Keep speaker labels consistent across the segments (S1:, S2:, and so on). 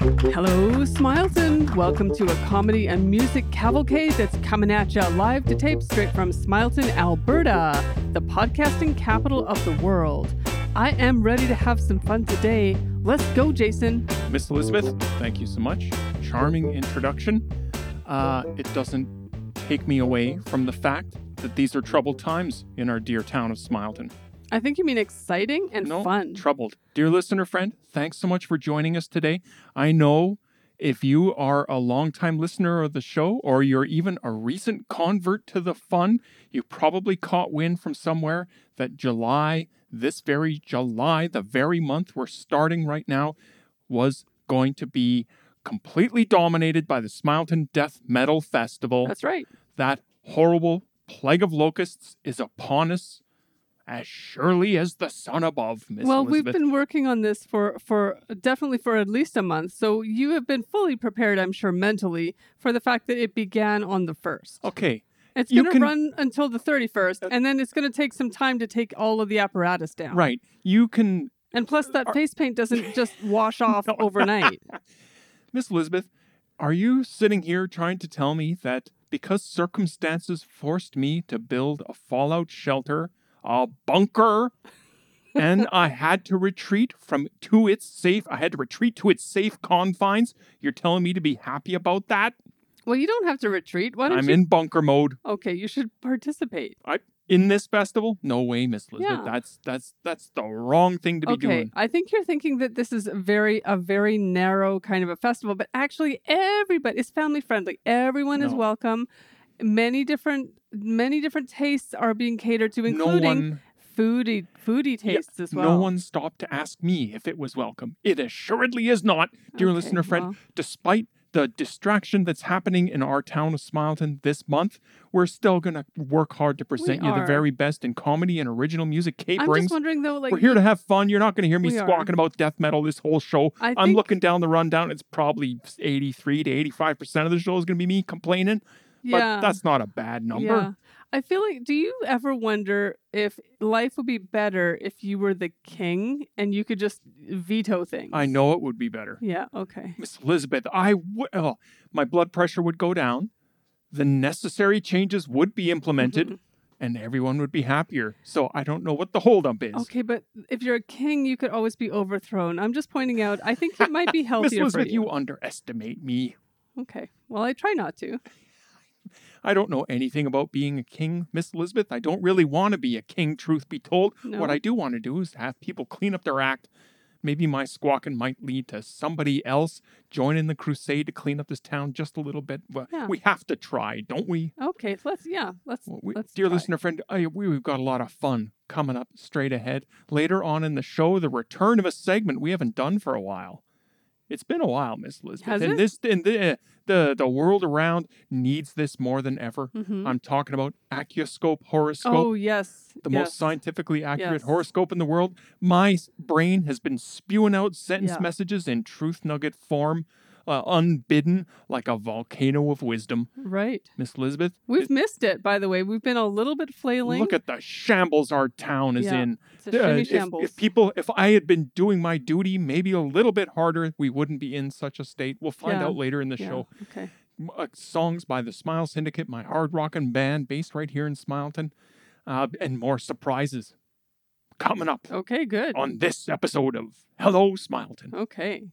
S1: Hello, Smiles, and welcome to a comedy and music cavalcade that's coming at you live to tape straight from Smileton, Alberta, the podcasting capital of the world. I am ready to have some fun today. Let's go, Jason.
S2: Miss Elizabeth, thank you so much. Charming introduction. Uh, it doesn't take me away from the fact that these are troubled times in our dear town of Smileton.
S1: I think you mean exciting and
S2: no,
S1: fun.
S2: troubled. Dear listener friend, thanks so much for joining us today. I know if you are a longtime listener of the show or you're even a recent convert to the fun, you probably caught wind from somewhere that July, this very July, the very month we're starting right now, was going to be completely dominated by the Smileton Death Metal Festival.
S1: That's right.
S2: That horrible plague of locusts is upon us as surely as the sun above, Miss
S1: well, we've
S2: Elizabeth.
S1: been working on this for for definitely for at least a month, so you have been fully prepared, I'm sure, mentally for the fact that it began on the first.
S2: okay,
S1: It's
S2: You
S1: going to
S2: can-
S1: run until the 31st,
S2: Uh,
S1: and then it's going to take some time to take all of the apparatus down.
S2: right. You can,
S1: And plus, that
S2: Are-
S1: face paint doesn't just wash off
S2: No.
S1: overnight.
S2: Miss Elizabeth, are you sitting here trying to tell me that because circumstances forced me to build a fallout shelter, a bunker, and I had to retreat from to its safe, I had to retreat to its safe confines, you're telling me to be happy about that?
S1: well, you don't have to retreat. Why don't
S2: I'm
S1: you?
S2: in bunker mode.
S1: Okay, you should participate.
S2: In this festival? No way, Miss Elizabeth.
S1: Yeah.
S2: That's that's that's the wrong thing to be
S1: okay,
S2: doing.
S1: I think you're thinking that this is a very a very narrow kind of a festival, but actually, everybody is family friendly. Everyone is
S2: No.
S1: welcome. Many different many different tastes are being catered to, including
S2: no one
S1: foodie foodie
S2: Yeah,
S1: tastes as well.
S2: No one stopped to ask me if it was welcome. It assuredly is not, dear
S1: Okay,
S2: listener friend.
S1: well,
S2: Despite the distraction that's happening in our town of Smileton this month, we're still going to work hard to present you the
S1: are.
S2: very best in comedy and original music
S1: I'm just
S2: caperings.
S1: wondering though, like
S2: we're here to have fun. You're not going to hear me
S1: We are.
S2: squawking about death metal this whole show.
S1: I
S2: I'm
S1: think-
S2: looking down the rundown. It's probably 83 to 85 percent of the show is going to be me complaining,
S1: yeah.
S2: but that's not a bad number.
S1: Yeah. I feel like, do you ever wonder if life would be better if you were the king and you could just veto things?
S2: I know it would be better.
S1: Yeah. Okay.
S2: Miss Elizabeth, I w- oh, my blood pressure would go down. The necessary changes would be implemented,
S1: Mhm.
S2: and everyone would be happier. So I don't know what the holdup is.
S1: Okay, but if you're a king, you could always be overthrown. I'm just pointing out. I think it might be
S2: Miss
S1: healthier for
S2: Elizabeth,
S1: you.
S2: you underestimate me.
S1: Okay. Well, I try not to.
S2: I don't know anything about being a king, Miss Elizabeth. I don't really want to be a king, truth be told.
S1: No.
S2: What I do want to do is have people clean up their act. Maybe my squawking might lead to somebody else joining the crusade to clean up this town just a little bit. Well,
S1: Yeah.
S2: We have to try, don't we?
S1: Okay. Let's. Yeah. Let's.
S2: Well, we,
S1: let's
S2: dear
S1: try.
S2: listener friend, I, we, we've got a lot of fun coming up straight ahead. Later on in the show, the return of a segment we haven't done for a while. It's been a while, Miss Elizabeth.
S1: Has
S2: and
S1: it?
S2: this and the, the the world around needs this more than ever.
S1: Mhm.
S2: I'm talking about Acuscope horoscope,
S1: Oh yes.
S2: the
S1: yes.
S2: most scientifically accurate
S1: Yes.
S2: horoscope in the world. My s- brain has been spewing out sentence
S1: Yeah.
S2: messages in truth nugget form, uh, unbidden, like a volcano of wisdom.
S1: Right.
S2: Miss Elizabeth,
S1: We've missed it, by the way. We've been a little bit flailing.
S2: Look at the shambles our town is
S1: Yeah,
S2: in.
S1: it's a
S2: Uh,
S1: shimmy
S2: if-
S1: shambles.
S2: If, people, if I had been doing my duty maybe a little bit harder, we wouldn't be in such a state. We'll find
S1: Yeah,
S2: out later in the
S1: yeah.
S2: show.
S1: Okay.
S2: M- uh, songs by the Smile Syndicate, my hard rockin' band based right here in Smileton, uh, and more surprises coming up
S1: Okay. Good.
S2: on this episode of Hello Smileton.
S1: Okay.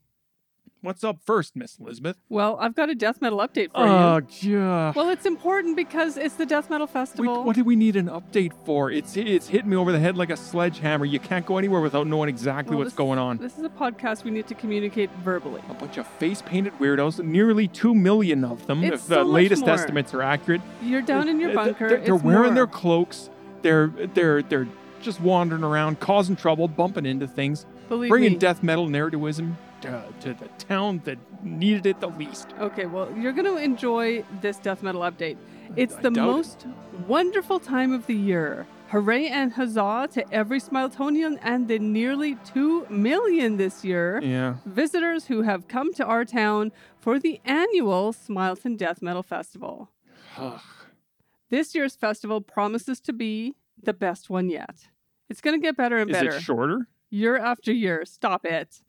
S2: What's up first, Miss Elizabeth?
S1: Well, I've got a death metal update for you.
S2: Uh, yeah.
S1: Well, it's important because it's the death metal
S2: We,
S1: festival.
S2: what do we need an update for? It's it's hitting me over the head like a sledgehammer. You can't go anywhere without knowing exactly
S1: Well,
S2: what's
S1: this-
S2: going on.
S1: This is a podcast. We need to communicate verbally.
S2: A bunch of face painted weirdos, nearly 2 million of them,
S1: It's
S2: if
S1: so
S2: the
S1: much
S2: latest
S1: more.
S2: estimates are accurate.
S1: You're down in your
S2: They're-
S1: bunker.
S2: They're, they're
S1: it's
S2: wearing
S1: more.
S2: their cloaks. They're they're they're just wandering around, causing trouble, bumping into things,
S1: Believe
S2: bringing
S1: me.
S2: death metal narrativism to, to the town that needed it the least.
S1: Okay, well, you're going to enjoy this death metal update. It's
S2: I
S1: the
S2: doubt it.
S1: most wonderful time of the year. Hooray and huzzah to every Smiletonian and the nearly 2 million this year.
S2: Yeah.
S1: Visitors who have come to our town for the annual Smileton Death Metal Festival.
S2: Ugh.
S1: This year's festival promises to be the best one yet. It's going to get better and
S2: Is
S1: better
S2: it shorter?
S1: year after year. Stop it.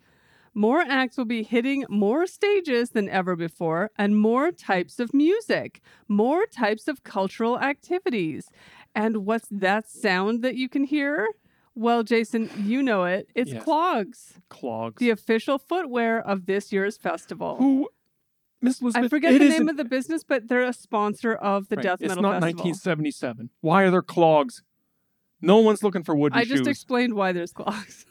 S1: More acts will be hitting more stages than ever before, and more types of music, more types of cultural activities. And what's that sound that you can hear? Well, Jason, you know it. It's
S2: Yes.
S1: clogs,
S2: Clogs.
S1: the official footwear of this year's festival.
S2: Who, Miss Elizabeth?
S1: I forget
S2: it
S1: the
S2: isn't-
S1: name of the business, but they're a sponsor of the
S2: Right,
S1: Death Metal
S2: It's not
S1: Festival.
S2: 1977. Why are there clogs? No one's looking for wooden
S1: I just
S2: shoes.
S1: explained why there's clogs.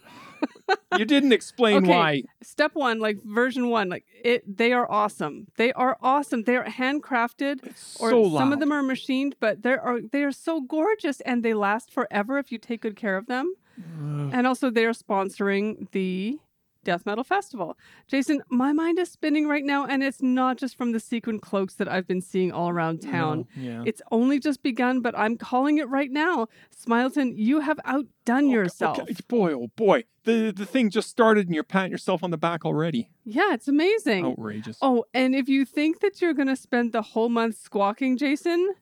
S2: you didn't explain
S1: Okay.
S2: why.
S1: Step one, like version one, like it. They are awesome. They are awesome. They are handcrafted.
S2: It's
S1: or
S2: so
S1: some
S2: loud.
S1: of them are machined, but they are they are so gorgeous and they last forever if you take good care of them.
S2: Ugh.
S1: And also, they are sponsoring the Death Metal Festival. Jason, my mind is spinning right now, and it's not just from the sequin cloaks that I've been seeing all around town.
S2: No, yeah.
S1: It's only just begun, but I'm calling it right now. Smileton, you have outdone
S2: Okay,
S1: yourself.
S2: okay, Boy, oh boy. The the thing just started and you're patting yourself on the back already.
S1: Yeah, it's amazing.
S2: Outrageous.
S1: Oh, and if you think that you're going to spend the whole month squawking, Jason,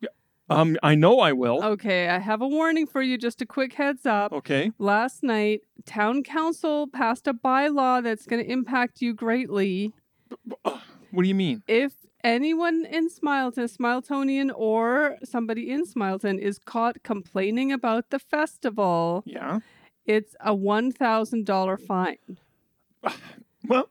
S2: Um, I know I will.
S1: okay, I have a warning for you, just a quick heads up.
S2: Okay.
S1: Last night, town council passed a bylaw that's going to impact you greatly.
S2: What do you mean?
S1: If anyone in Smileton, Smiletonian or somebody in Smileton is caught complaining about the festival,
S2: Yeah.
S1: it's a $1,000 fine.
S2: Well,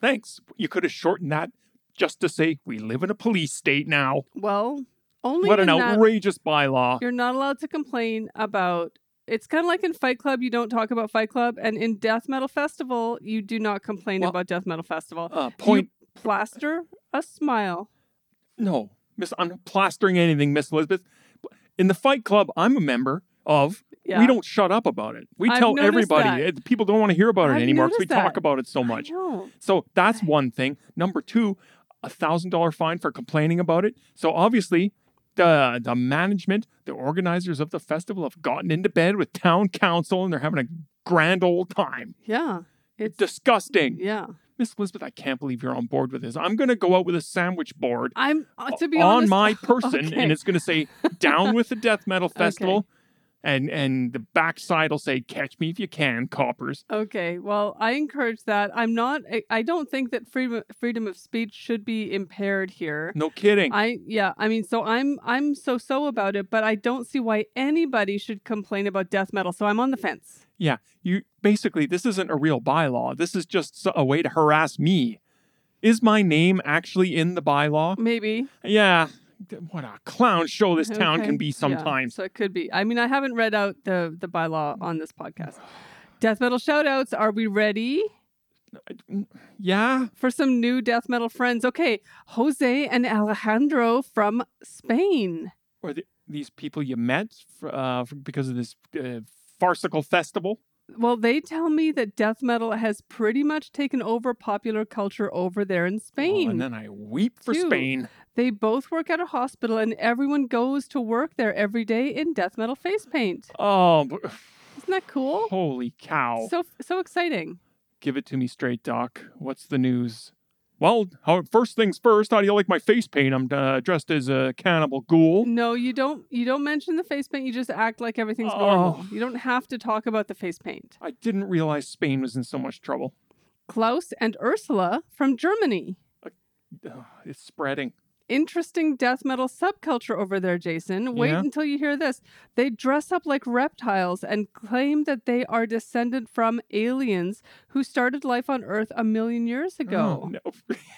S2: thanks. You could have shortened that just to say we live in a police state now.
S1: Well, only
S2: what an
S1: in that
S2: outrageous bylaw.
S1: you're not allowed to complain about it's kind of like in Fight Club, you don't talk about Fight Club, and in Death Metal Festival, you do not complain
S2: Well-
S1: about Death Metal Festival.
S2: Uh, point
S1: You plaster a smile.
S2: No, Miss, I'm not plastering anything, Miss Elizabeth. In the Fight Club, I'm a member of.
S1: Yeah.
S2: We don't shut up about it. We
S1: I've
S2: tell
S1: noticed
S2: everybody.
S1: that.
S2: It- people don't want to hear about it
S1: I've
S2: anymore 'cause we
S1: noticed that.
S2: talk about it so
S1: I
S2: much.
S1: know.
S2: So that's one thing. Number two, a thousand dollar fine for complaining about it. So obviously, the the management, the organizers of the festival, have gotten into bed with town council, and they're having a grand old time.
S1: Yeah. It's
S2: Disgusting,
S1: yeah.
S2: Miss Elizabeth. I can't believe you're on board with this. I'm going to go out with a sandwich board
S1: I'm uh, to be
S2: on
S1: honest,
S2: my person
S1: Okay.
S2: and it's going to say down with the death metal festival and and the backside will say catch me if you can coppers
S1: Okay, well, I encourage that. I'm not. I, I don't think that freedom freedom of speech should be impaired here.
S2: no kidding
S1: I yeah. I mean, so I'm I'm so so about it, but I don't see why anybody should complain about death metal. So I'm on the fence.
S2: you basically this isn't a real bylaw this is just s- a way to harass me is my name actually in the bylaw
S1: Maybe
S2: yeah D- what a clown show this town
S1: Okay.
S2: can be
S1: Yeah,
S2: sometimes
S1: so it could be. I mean, I haven't read out the the bylaw on this podcast. Death metal shout outs. Are we ready?
S2: yeah
S1: for some new death metal friends. Okay, Jose and Alejandro from Spain.
S2: or the, these people you met fr- uh, f- because of this uh, farcical festival
S1: Well, they tell me that death metal has pretty much taken over popular culture over there in Spain.
S2: Oh, and then i weep for
S1: Two.
S2: spain
S1: they both work at a hospital and everyone goes to work there every day in death metal face paint.
S2: oh b-
S1: Isn't that cool?
S2: holy cow
S1: So so exciting.
S2: Give it to me straight, Doc. What's the news? Well, how, first things first, how do you like my face paint? I'm uh, dressed as a cannibal ghoul.
S1: No, you don't you don't mention the face paint, you just act like everything's
S2: Oh.
S1: normal. You don't have to talk about the face paint.
S2: I didn't realize Spain was in so much trouble.
S1: Klaus and Ursula from Germany.
S2: Ugh, it's spreading.
S1: interesting death metal subculture over there, Jason. Wait
S2: Yeah?
S1: until you hear this. They dress up like reptiles and claim that they are descended from aliens who started life on Earth a million years
S2: Oh,
S1: ago.
S2: no.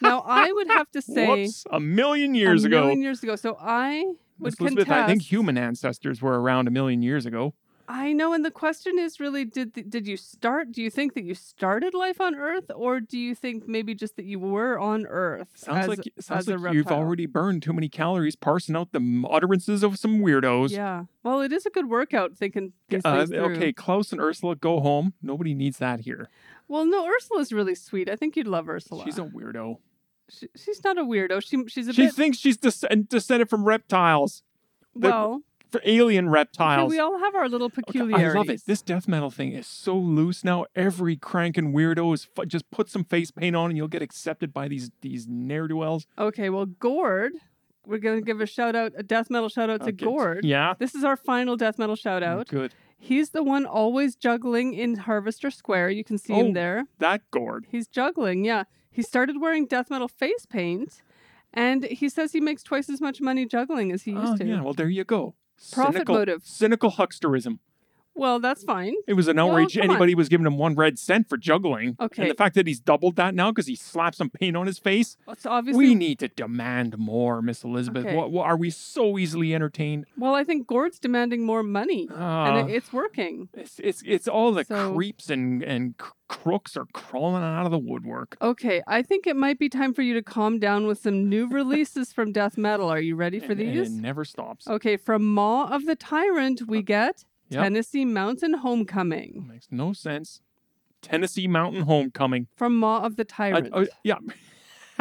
S1: Now, I would have to say
S2: Whoops, a million years
S1: a
S2: ago.
S1: million years ago. So I would
S2: Miss Elizabeth,
S1: contest.
S2: I think human ancestors were around a million years ago.
S1: I know, and the question is really: Did th- did you start? Do you think that you started life on Earth, or do you think maybe just that you were on Earth?
S2: Sounds
S1: as-
S2: like sounds
S1: as a
S2: like you've
S1: reptile.
S2: already burned too many calories parsing out the m- utterances of some weirdos.
S1: yeah. Well, it is a good workout thinking these
S2: Uh,
S1: things through.
S2: okay, Klaus and Ursula, go home. Nobody needs that here.
S1: Well, no, Ursula's really sweet. I think you'd love Ursula.
S2: She's a weirdo.
S1: she, she's not a weirdo. She she's a
S2: She
S1: bit
S2: thinks she's descend- descended from reptiles, the-
S1: well.
S2: for alien
S1: Okay,
S2: reptiles.
S1: we all have our little
S2: Okay,
S1: peculiarities.
S2: I love it. This death metal thing is so loose now. Every crank and weirdo is fu- just put some face paint on, and you'll get accepted by these these ne'er do wells.
S1: okay, well, Gord, we're gonna give a shout out, a death metal shout out to Gord.
S2: Yeah, Mm-hmm.
S1: This is our final death metal shout out.
S2: Oh, good.
S1: He's the one always juggling in Harvester Square. You can see
S2: Oh.
S1: him there.
S2: That gourd.
S1: He's juggling, yeah. He started wearing death metal face paint, and he says he makes twice as much money juggling as he used
S2: Oh,
S1: to.
S2: yeah. Well, there you go.
S1: Profit
S2: cynical,
S1: motive.
S2: Cynical hucksterism.
S1: Well, that's fine.
S2: It was an
S1: Well,
S2: outrage.
S1: come on.
S2: Anybody was giving him one red cent for juggling.
S1: Okay.
S2: And the fact that he's doubled that now because he slapped some paint on his face.
S1: It's obviously
S2: We need to demand more, Miss Elizabeth.
S1: Okay.
S2: What, are we so easily entertained?
S1: well. I think Gord's demanding more money,
S2: Ah,
S1: and it, it's working.
S2: it's, it's it's all the
S1: So-
S2: creeps and and c- crooks are crawling out of the woodwork.
S1: Okay, I think it might be time for you to calm down with some new releases from death metal. Are you ready for
S2: And- and
S1: these? Oh.
S2: it never stops.
S1: Okay, from Maw of the Tyrant, we get
S2: Uh, Yep.
S1: Tennessee Mountain Homecoming.
S2: Makes no sense. Tennessee Mountain Homecoming.
S1: From Maw of the
S2: A-
S1: Tyrant.
S2: a- yeah.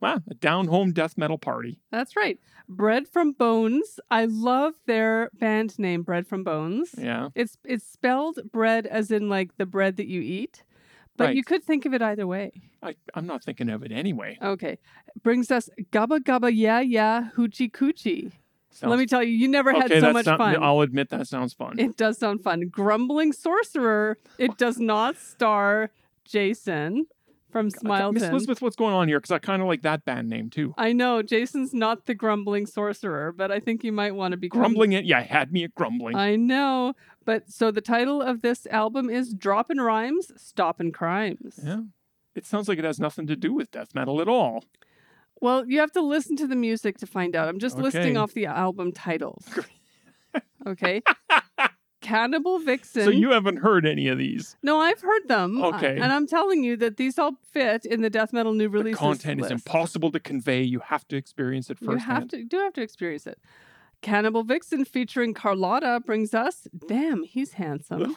S2: wow, a down home death metal party.
S1: That's right. Bread from Bones. I love their band name, Bread from Bones.
S2: Yeah.
S1: It's it's spelled bread as in like the bread that you eat, but you
S2: Right.
S1: could think of it either way.
S2: I, I'm not thinking of it anyway.
S1: Okay, brings us Gabba Gabba Yeah Yeah Hoochie Coochie. Let
S2: Sounds-
S1: me tell you, you never had
S2: okay,
S1: so
S2: that's
S1: much
S2: not-
S1: fun.
S2: I'll admit that sounds fun.
S1: It does sound fun. Grumbling Sorcerer. It does not star Jason from
S2: Okay, uh, Miss
S1: Smileton.
S2: Elizabeth, what's going on here? Because I kind of like that band name too.
S1: I know Jason's not the grumbling sorcerer, but I think you might want to be
S2: Grumbling it, yeah, had me at grumbling.
S1: I know. But so the title of this album is Droppin' Rhymes, Stoppin' Crimes.
S2: yeah, it sounds like it has nothing to do with death metal at all.
S1: Well, you have to listen to the music to find out. I'm just listing
S2: Okay.
S1: off the album titles. okay. Cannibal Vixen.
S2: So you haven't heard any of these.
S1: no, I've heard them. uh,
S2: Okay.
S1: and I'm telling you that these all fit in the death metal new
S2: The
S1: releases.
S2: content is
S1: list.
S2: impossible to convey. You have to experience it
S1: You
S2: firsthand.
S1: have to do have to experience it. Cannibal Vixen featuring Carlotta brings us. Damn, he's handsome.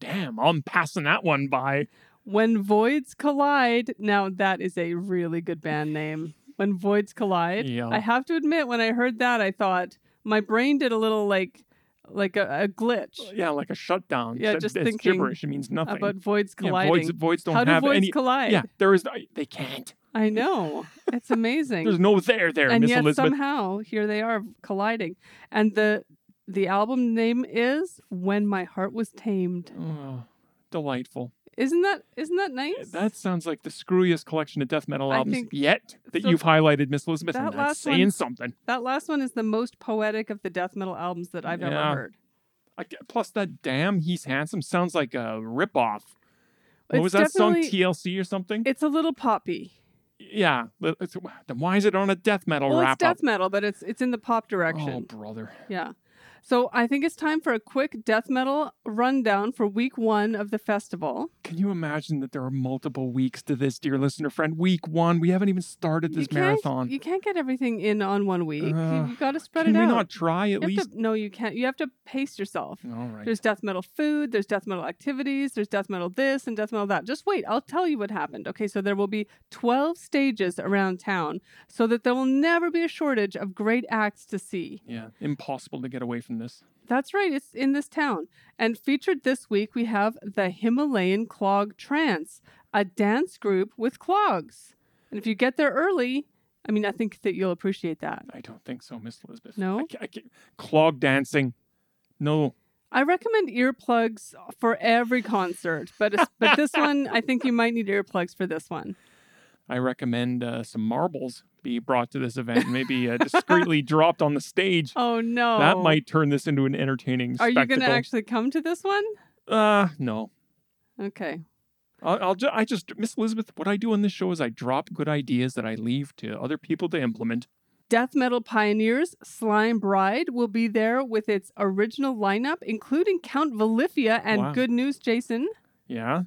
S2: Damn, I'm passing that one by.
S1: When Voids Collide. Now, that is a really good band name. When Voids Collide.
S2: Yeah.
S1: I have to admit, when I heard that, I thought my brain did a little like, like a, a glitch
S2: Yeah, like a shutdown.
S1: Yeah,
S2: It's-
S1: just
S2: it's
S1: thinking
S2: gibberish. It means nothing.
S1: about voids
S2: Yeah,
S1: colliding.
S2: voids, voids don't
S1: How do
S2: have
S1: voids
S2: any.
S1: collide?
S2: Yeah, there is. They can't.
S1: I know. It's amazing.
S2: There's no there there,
S1: and
S2: Miss
S1: yet
S2: Elizabeth.
S1: somehow here they are colliding. And the the album name is When My Heart Was Tamed.
S2: Oh, delightful.
S1: Isn't that isn't that nice?
S2: That sounds like the screwiest collection of death metal
S1: I
S2: albums
S1: think-
S2: yet that
S1: so-
S2: you've highlighted, Miss Elizabeth.
S1: that
S2: and that's
S1: last one-
S2: saying something.
S1: that last one is the most poetic of the death metal albums that I've ever
S2: Yeah.
S1: heard.
S2: I g plus, that damn he's handsome sounds like a ripoff. What
S1: It's
S2: was that song
S1: definitely-
S2: TLC or something?
S1: It's a little poppy.
S2: yeah. li- it's- Then why is it on a death metal
S1: well, it's
S2: wrap
S1: death
S2: Oh, up?
S1: metal, but it's it's in the pop
S2: Oh,
S1: direction.
S2: brother.
S1: Yeah. So I think it's time for a quick death metal rundown for week one of the festival.
S2: Can you imagine that there are multiple weeks to this, dear listener friend? Week one, we haven't even started
S1: you
S2: this
S1: can't,
S2: marathon.
S1: You can't get everything in on one week. You-
S2: Uh,
S1: you got to spread
S2: Can
S1: it
S2: we
S1: out.
S2: not try at
S1: You have
S2: least?
S1: to- no, you can't. You have to pace yourself.
S2: All right.
S1: There's death metal food, there's death metal activities, there's death metal this and death metal that. Just wait, I'll tell you what happened. Okay, so there will be 12 stages around town so that there will never be a shortage of great acts to see.
S2: yeah, impossible to get away from this.
S1: That's right, it's in this town. And featured this week, we have the Himalayan Clog Trance, a dance group with clogs. And if you get there early, I mean, I think that you'll appreciate that.
S2: I don't think so, Miss Elizabeth.
S1: No?
S2: I ca- I ca- clog dancing. No.
S1: I recommend earplugs for every concert, but it's, but this one, I think you might need earplugs for this one.
S2: I recommend uh, some marbles be brought to this event, maybe uh, discreetly dropped on the stage.
S1: Oh no,
S2: That might turn this into an entertaining
S1: Are you going
S2: spectacle.
S1: to actually come to this one?
S2: Uh, no.
S1: Okay.
S2: I'll, I'll ju- I just, Miss Elizabeth, what I do on this show is I drop good ideas that I leave to other people to implement.
S1: Death metal pioneers Slime Bride will be there with its original lineup, including Count Valifia and
S2: Wow.
S1: Good News Jason.
S2: Yeah.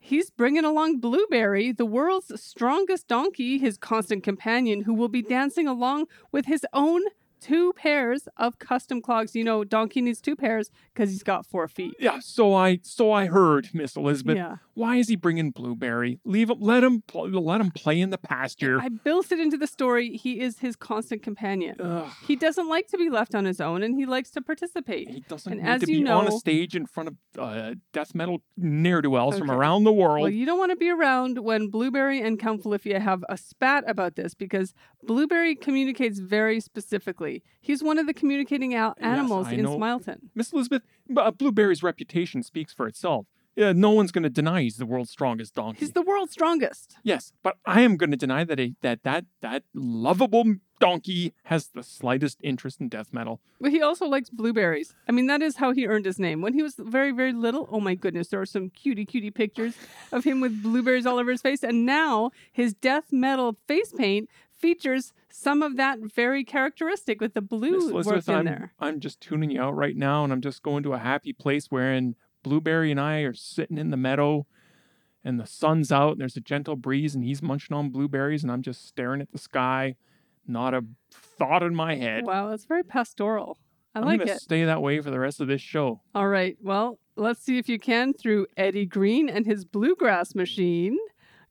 S1: He's bringing along Blueberry, the world's strongest donkey, his constant companion, who will be dancing along with his own two pairs of custom clogs. You know, donkey needs two pairs because he's got four feet.
S2: Yeah. So I, so I heard, Miss Elizabeth.
S1: yeah,
S2: Why is he bringing Blueberry? Leave him. Let him. Pl- let him play in the pasture.
S1: I built it into the story. He is his constant companion.
S2: Ugh.
S1: He doesn't like to be left on his own, and he likes to participate.
S2: He doesn't
S1: And
S2: need
S1: as
S2: to
S1: you
S2: be on a
S1: know-
S2: stage in front of uh, death metal ne'er do wells from
S1: Okay.
S2: around the world.
S1: Well, you don't want to be around when Blueberry and Count Fallifia have a spat about this because Blueberry communicates very Exactly. He's one of the communicating al-
S2: Yes,
S1: animals
S2: I
S1: in
S2: know.
S1: Smileton.
S2: Miss Elizabeth, B- uh, Blueberry's reputation speaks for itself. Yeah, no one's going to deny he's the world's strongest donkey.
S1: He's the world's strongest.
S2: yes, but I am going to deny that a, that that that lovable donkey has the slightest interest in death metal.
S1: But he also likes blueberries. I mean, that is how he earned his name. When he was very, very little, oh my goodness, there are some cutie, cutie pictures of him with blueberries all over his face. And now his death metal face paint features some of that very characteristic with the
S2: Miss
S1: blue work
S2: Elizabeth,
S1: in
S2: I'm
S1: there.
S2: I'm just tuning you out right now, and I'm just going to a happy place wherein Blueberry and I are sitting in the meadow, and the sun's out, and there's a gentle breeze, and he's munching on blueberries, and I'm just staring at the sky, not a thought in my head.
S1: Wow, it's very pastoral. I
S2: I'm
S1: like
S2: gonna
S1: it.
S2: stay that way for the rest of this show.
S1: All right. Well, let's see if you can through Eddie Green and his bluegrass machine.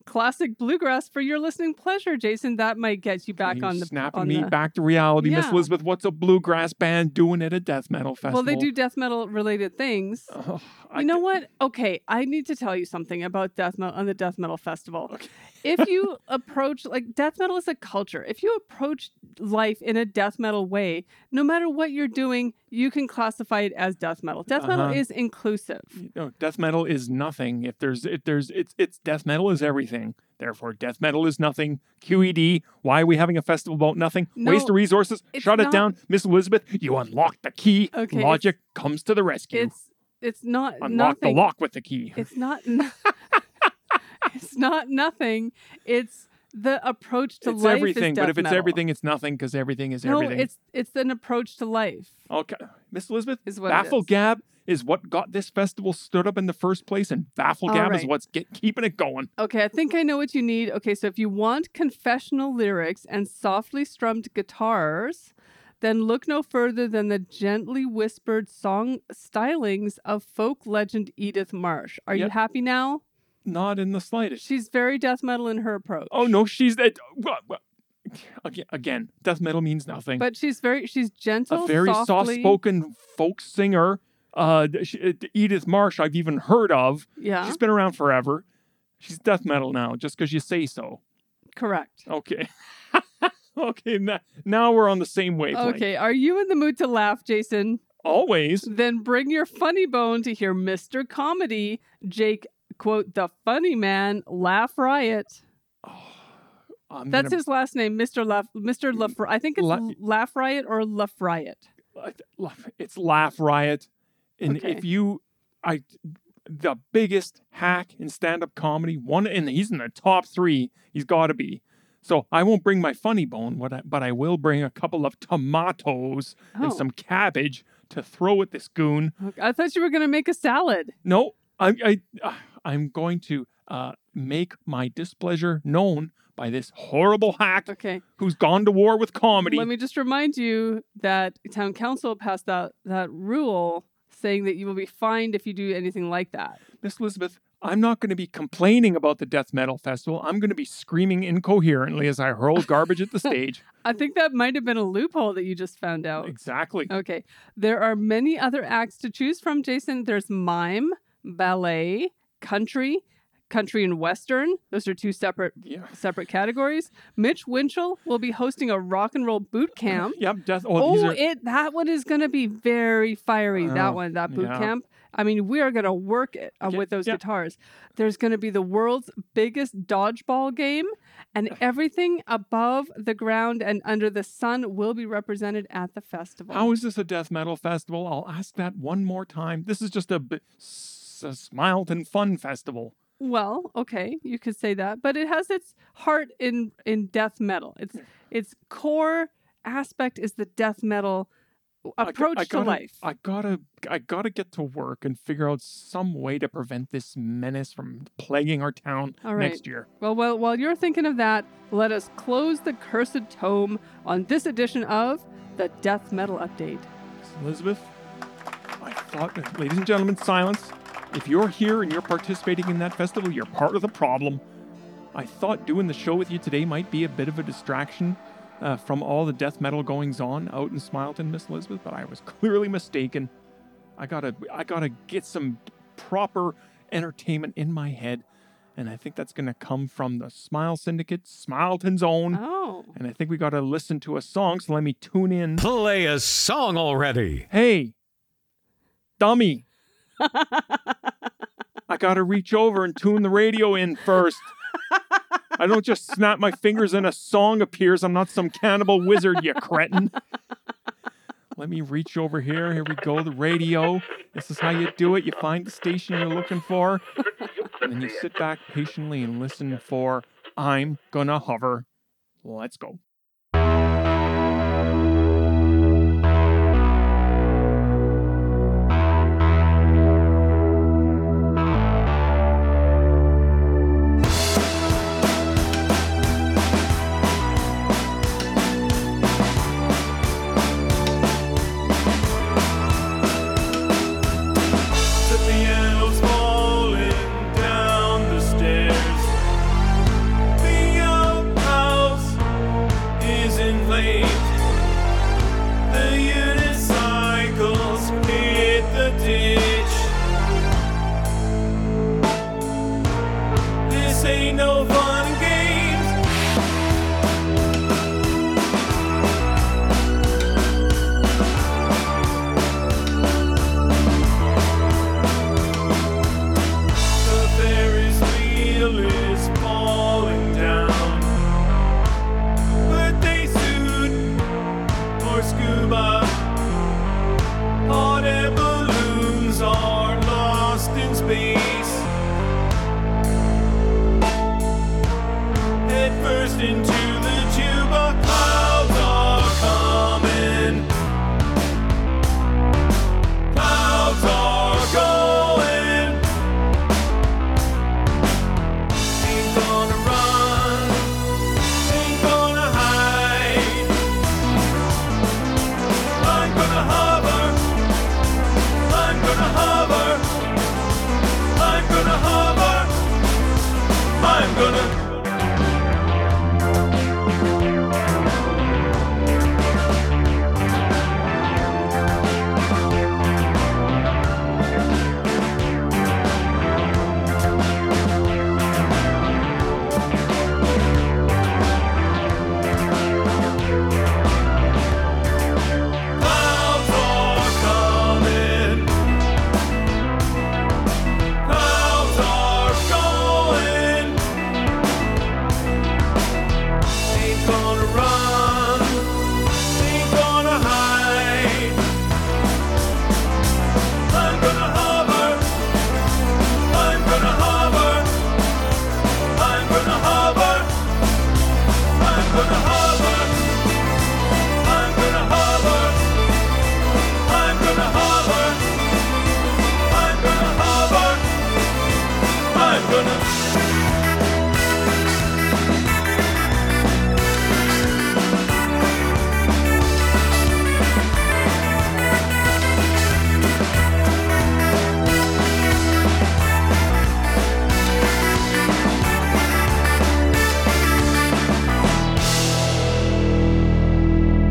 S1: Classic bluegrass for your listening pleasure, Jason. That might get you back
S2: You're
S1: on the
S2: snapping
S1: on
S2: me
S1: the-
S2: back to reality, Miss
S1: Yeah.
S2: Elizabeth. What's a bluegrass band doing at a death metal festival?
S1: Well, they do death metal related things.
S2: Oh,
S1: you know what? Okay, I need to tell you something about death metal on the death metal festival. if you approach like death metal is a culture. If you approach life in a death metal way, no matter what you're doing, you can classify it as death metal. Death metal
S2: Uh-huh.
S1: is inclusive.
S2: No, death metal is nothing. If there's, if there's, it's, it's death metal is everything. Therefore, death metal is nothing. QED. Why are we having a festival about nothing?
S1: No,
S2: Waste of resources.
S1: it's
S2: Shut it
S1: not-
S2: down, Miss Elizabeth. You unlock the key.
S1: Okay, it's-
S2: Logic comes to the rescue.
S1: It's it's not
S2: unlock
S1: nothing.
S2: the lock with the key.
S1: It's not. n- it's not nothing. It's the approach to
S2: It's
S1: life. is
S2: everything, but
S1: death
S2: if it's
S1: metal.
S2: everything, it's nothing because everything is
S1: no,
S2: everything.
S1: it's it's an approach to life.
S2: Okay, Miss Elizabeth,
S1: Is what it
S2: Baffle
S1: is.
S2: Gab is what got this festival stood up in the first place, and Baffle
S1: All
S2: Gab is
S1: right.
S2: what's get, keeping it going.
S1: Okay, I think I know what you need. Okay, so if you want confessional lyrics and softly strummed guitars, then look no further than the gently whispered song stylings of folk legend Edith Marsh. Are you
S2: Yep.
S1: happy now?
S2: Not in the slightest.
S1: She's very death metal in her approach.
S2: Oh no, she's that. wha- wha- Again, again, death metal means nothing.
S1: But she's very she's gentle,
S2: a very
S1: softly-
S2: soft-spoken folk singer, uh, th- she- uh, Edith Marsh. I've even heard of.
S1: Yeah,
S2: She's been around forever. She's death metal now, just because you say so.
S1: correct.
S2: Okay. okay. na- now we're on the same wavelength.
S1: Okay, are you in the mood to laugh, Jason?
S2: Always.
S1: Then bring your funny bone to hear Mr. Comedy, Jake, quote, the funny man, Laugh Riot.
S2: I'm
S1: That's
S2: gonna- Mm,
S1: his last name, Mr. Laugh, Mr. Laugh, I think it's
S2: La-
S1: L- Laugh Riot or Laugh Riot.
S2: I th- Uh, laugh- it's laugh riot and
S1: Okay.
S2: if you i the biggest hack in stand-up comedy one and he's in the top three he's got to be so i won't bring my funny bone what I, but i will bring a couple of tomatoes
S1: Oh,
S2: and some cabbage to throw at this goon
S1: okay. I thought you were going to make a salad.
S2: no i i ah, i'm going to uh make my displeasure known by this horrible hack
S1: Okay.
S2: who's gone to war with comedy
S1: Uh, Let me just remind you that town council passed that, that rule saying that you will be fined if you do anything like that.
S2: Miss Elizabeth, I'm not going to be complaining about the death metal festival. I'm going to be screaming incoherently as I hurl garbage at the stage.
S1: I think that might have been a loophole that you just found out.
S2: Exactly.
S1: Okay. There are many other acts to choose from, Jason. There's mime, ballet, country, country and western. Those are two separate
S2: Yeah.
S1: separate categories. Mitch Winchell will be hosting a rock and roll boot camp.
S2: Yep. Death. Oh, these
S1: Oh,
S2: are.
S1: it that one is going to be very fiery.
S2: Oh,
S1: that one, that boot
S2: yeah.
S1: camp. I mean, we are going to work it uh,
S2: Yeah,
S1: with those
S2: yeah.
S1: guitars. There's going to be the world's biggest dodgeball game, and everything above the ground and under the sun will be represented at the festival.
S2: how is this a death metal festival? I'll ask that one more time. This is just a, b- s- a smiled and fun festival.
S1: Well, okay, you could say that, but it has its heart in in death metal.
S2: Hmm.
S1: Its its core aspect is the death metal
S2: I g-
S1: approach
S2: I
S1: to
S2: gotta-
S1: life.
S2: I gotta, I gotta get to work and figure out some way to prevent this menace from plaguing our town
S1: All right.
S2: next year.
S1: Well, while while you're thinking of that, let us close the cursed tome on this edition of the Death Metal Update.
S2: Elizabeth, I thought, ladies and gentlemen, silence. If you're here and you're participating in that festival, you're part of the problem. I thought doing the show with you today might be a bit of a distraction uh, from all the death metal goings on out in Smileton, Miss Elizabeth, but I was clearly mistaken. I gotta, I gotta get some proper entertainment in my head. And I think that's going to come from the Smile Syndicate, Smileton's own.
S1: Oh.
S2: And I think we got to listen to a song. So let me tune in.
S3: Play a song already.
S2: Hey, dummy. I got to reach over and tune the radio in first. I don't just snap my fingers and a song appears. I'm not some cannibal wizard, you cretin. Let me reach over here. Here we go. The radio. This is how you do it. You find the station you're looking for, and then you sit back patiently and listen for I'm Gonna Hover. Let's go.
S4: The elves falling down the stairs. The outhouse is in flames. The unicycles hit the ditch. This ain't no fun and games. The Ferris wheel is falling down, but they suit for scuba. Hot air balloons are lost in space. Head first into the tube, our clouds are coming. Clouds are going. Ain't gonna run, ain't gonna hide. I'm gonna hover, I'm gonna hover, I'm gonna hover, I'm gonna. Clouds are coming, clouds are going. Ain't gonna run, ain't gonna hide. I'm gonna hover, I'm gonna hover, I'm gonna hover, I'm gonna hover. I'm gonna hover. I'm gonna hover. I'm gonna hover. I'm gonna.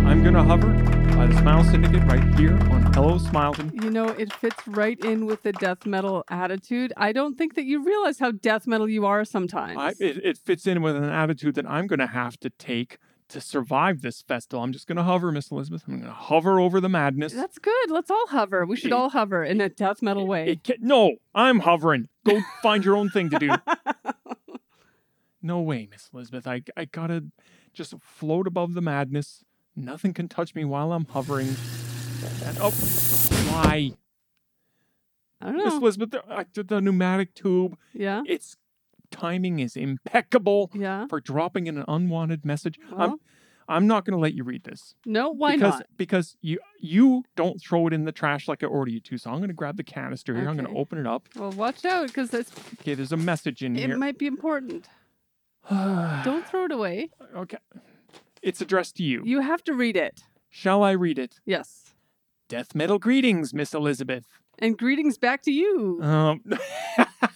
S2: I'm Gonna Hover by the Smile Syndicate right here on Hello Smileton.
S1: You know, it fits right in with the death metal attitude. I don't think that you realize how death metal you are sometimes.
S2: I, it, it fits in with an attitude that I'm going to have to take to survive this festival. I'm just going to hover, Miss Elizabeth. I'm going to hover over the madness.
S1: That's good. Let's all hover. We should all hover in a death metal way.
S2: It ca- no, I'm hovering. Go find your own thing to do. no way, Miss Elizabeth. I, I got to just float above the madness. Nothing can touch me while I'm hovering. And, oh, why?
S1: I don't
S2: Miss
S1: know.
S2: Elizabeth, the, I did the pneumatic tube,
S1: Yeah.
S2: its timing is impeccable
S1: Yeah.
S2: for dropping in an unwanted message. I'm,
S1: Well.
S2: I'm not going to let you read this.
S1: No, why
S2: because,
S1: not?
S2: Because you you don't throw it in the trash like I ordered you to. So I'm going to grab the canister here. I'm going
S1: Okay.
S2: to open it up.
S1: Well, watch out because it
S2: Okay, there's a message in here.
S1: might be important. Don't throw it away.
S2: okay. It's addressed to you.
S1: You have to read it.
S2: Shall I read it?
S1: Yes.
S2: Death metal greetings, Miss Elizabeth.
S1: And greetings back to you.
S2: Um,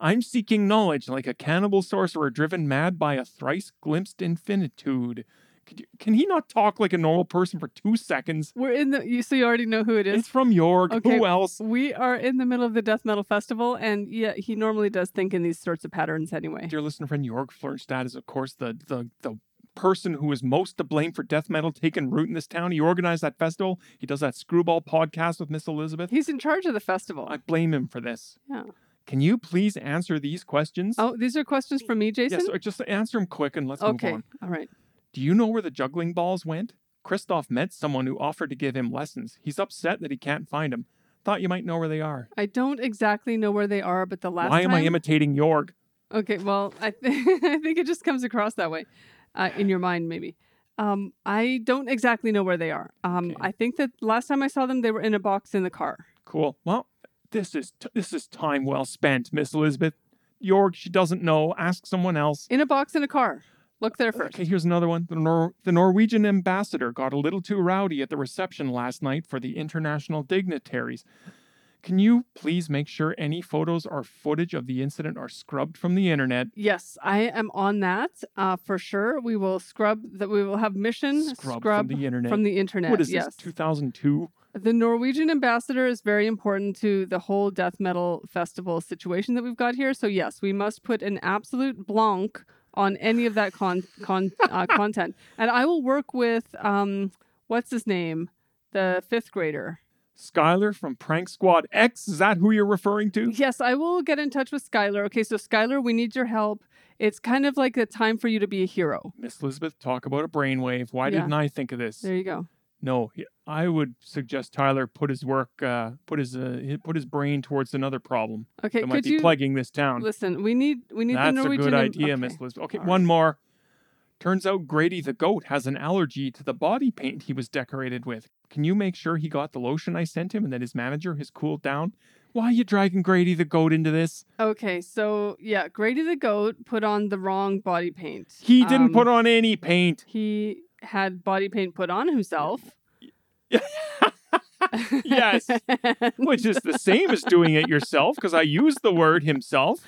S2: I'm seeking knowledge like a cannibal sorcerer driven mad by a thrice glimpsed infinitude. Could you, can he not talk like a normal person for two seconds?
S1: We're in the. You, so you already know who it
S2: It's
S1: is.
S2: from York.
S1: Okay.
S2: Who else?
S1: We are in the middle of the death metal festival, and yeah, he normally does think in these sorts of patterns anyway.
S2: Dear listener friend, York Flernstad is, of course, the the the person who is most to blame for death metal taking root in this town. He organized that festival. He does that screwball podcast with Miss Elizabeth.
S1: He's in charge of the festival.
S2: I blame him for this.
S1: Yeah.
S2: Can you please answer these questions?
S1: Oh, these are questions from me, Jason.
S2: yes, or just answer them quick and let's move
S1: okay.
S2: on.
S1: All right.
S2: Do you know where the juggling balls went? Kristoff met someone who offered to give him lessons. He's upset that he can't find them. Thought you might know where they are.
S1: I don't exactly know where they are, but the last
S2: Why am I
S1: time-
S2: imitating Jorg?
S1: Okay, well, I, th- I think it just comes across that way uh, in your mind, maybe. Um, I don't exactly know where they are. Um,
S2: Okay.
S1: I think that last time I saw them, they were in a box in the car.
S2: Cool. Well, this is t- this is time well spent, Miss Elizabeth. Jorg, she doesn't know. Ask someone else.
S1: In a box in a car. Look there first.
S2: Okay, here's another one. The, Nor- the Norwegian ambassador got a little too rowdy at the reception last night for the international dignitaries. Can you please make sure any photos or footage of the incident are scrubbed from the internet?
S1: Yes, I am on that uh, for sure. We will scrub that. We will have mission
S2: Scrubbed
S1: scrub,
S2: from the internet.
S1: from the internet.
S2: What is
S1: yes.
S2: this? 2002.
S1: The Norwegian ambassador is very important to the whole death metal festival situation that we've got here. So yes, we must put an absolute blank on any of that con, con uh, content. And I will work with um, what's his name, the fifth grader.
S2: Skylar from Prank Squad X. Is that who you're referring to?
S1: Yes, I will get in touch with Skylar. Okay, so Skylar, we need your help. It's kind of like a time for you to be a hero.
S2: Miss Elizabeth, talk about a brainwave. Why
S1: Yeah.
S2: didn't I think of this?
S1: There you go.
S2: No, he- I would suggest Tyler put his work, uh, put his, uh, hi- put his brain towards another problem
S1: Okay,
S2: that might
S1: could
S2: be
S1: you
S2: plaguing this town.
S1: listen? We need we need
S2: That's
S1: the
S2: a
S1: Norwegian.
S2: good
S1: am-
S2: idea,
S1: okay.
S2: Miss Elizabeth. Okay,
S1: All right.
S2: one more. Turns out Grady the goat has an allergy to the body paint he was decorated with. Can you make sure he got the lotion I sent him and that his manager has cooled down? Why are you dragging Grady the goat into this?
S1: Okay, so yeah, Grady the goat put on the wrong body paint.
S2: He didn't
S1: Um,
S2: put on any paint.
S1: He had body paint put on himself.
S2: Yes. which is the same as doing it yourself because I used the word himself.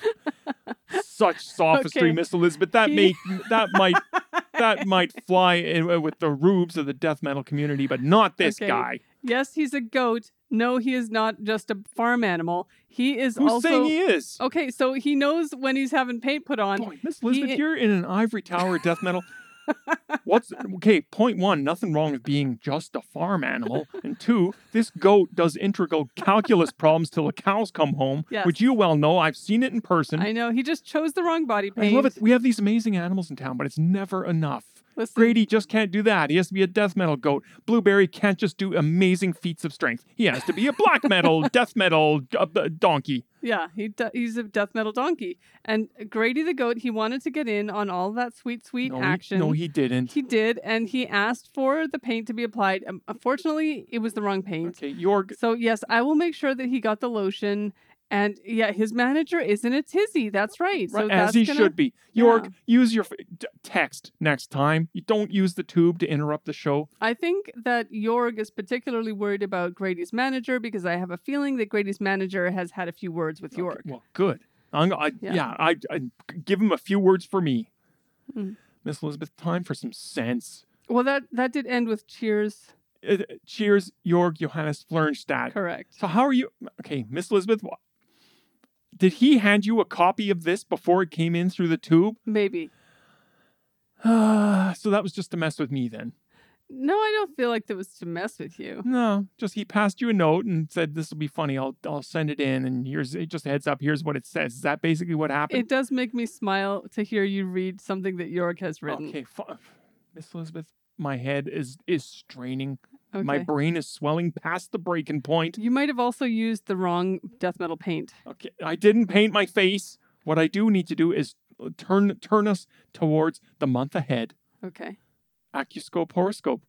S2: Such sophistry,
S1: Okay.
S2: Miss Elizabeth. That may
S1: He-
S2: that might that might fly in, uh, with the rubes of the death metal community, but not this
S1: Okay.
S2: guy.
S1: yes, he's a goat. No, he is not just a farm animal. He is
S2: Who's
S1: also
S2: saying he is?
S1: okay. So he knows when he's having paint put on.
S2: Boy, Miss Elizabeth,
S1: he-
S2: you're in an ivory tower of death metal. What's okay? Point one, nothing wrong with being just a farm animal. And two, this goat does integral calculus problems till the cows come home,
S1: Yes.
S2: which you well know. I've seen it in person.
S1: I know he just chose the wrong body
S2: I
S1: paint.
S2: love it. We have these amazing animals in town, but it's never enough.
S1: Listen.
S2: Grady just can't do that. He has to be a death metal goat. Blueberry can't just do amazing feats of strength. He has to be a black metal, death metal uh, uh, donkey.
S1: Yeah, he do- he's a death metal donkey. And Grady the goat, he wanted to get in on all that sweet, sweet
S2: No,
S1: action.
S2: He, no, he didn't.
S1: He did, and he asked for the paint to be applied. Um, unfortunately, it was the wrong paint.
S2: Okay, Jorg,
S1: So yes, I will make sure that he got the lotion. And yeah, his manager is in a tizzy. That's right. So
S2: right,
S1: that's
S2: as he
S1: gonna-
S2: should be. Jorg, use your f- d- text next time. You don't use the tube to interrupt the show.
S1: I think that Jorg is particularly worried about Grady's manager because I have a feeling that Grady's manager has had a few words with Jorg.
S2: Well, good. I'm, I, yeah,
S1: Yeah.
S2: I, I give him a few words for me.
S1: Mm.
S2: Miss Elizabeth, time for some sense.
S1: Well, that that did end with cheers.
S2: Uh, cheers, Jorg Johannes Flernstad.
S1: Correct.
S2: So how are you? Okay, Miss Elizabeth, wha- did he hand you a copy of this before it came in through the tube?
S1: Maybe.
S2: so that was just to mess with me then.
S1: No, I don't feel like that was to mess with you.
S2: No, just he passed you a note and said this will be funny. I'll I'll send it in and here's it just a heads up. Here's what it says. Is that basically what happened?
S1: It does make me smile to hear you read something that Jorg has written.
S2: Okay, fu- Miss Elizabeth, my head is is straining. My brain is swelling past the breaking point.
S1: You might have also used the wrong death metal paint.
S2: Okay, I didn't paint my face. What I do need to do is turn turn us towards the month ahead.
S1: Okay.
S2: Acuscope Horoscope.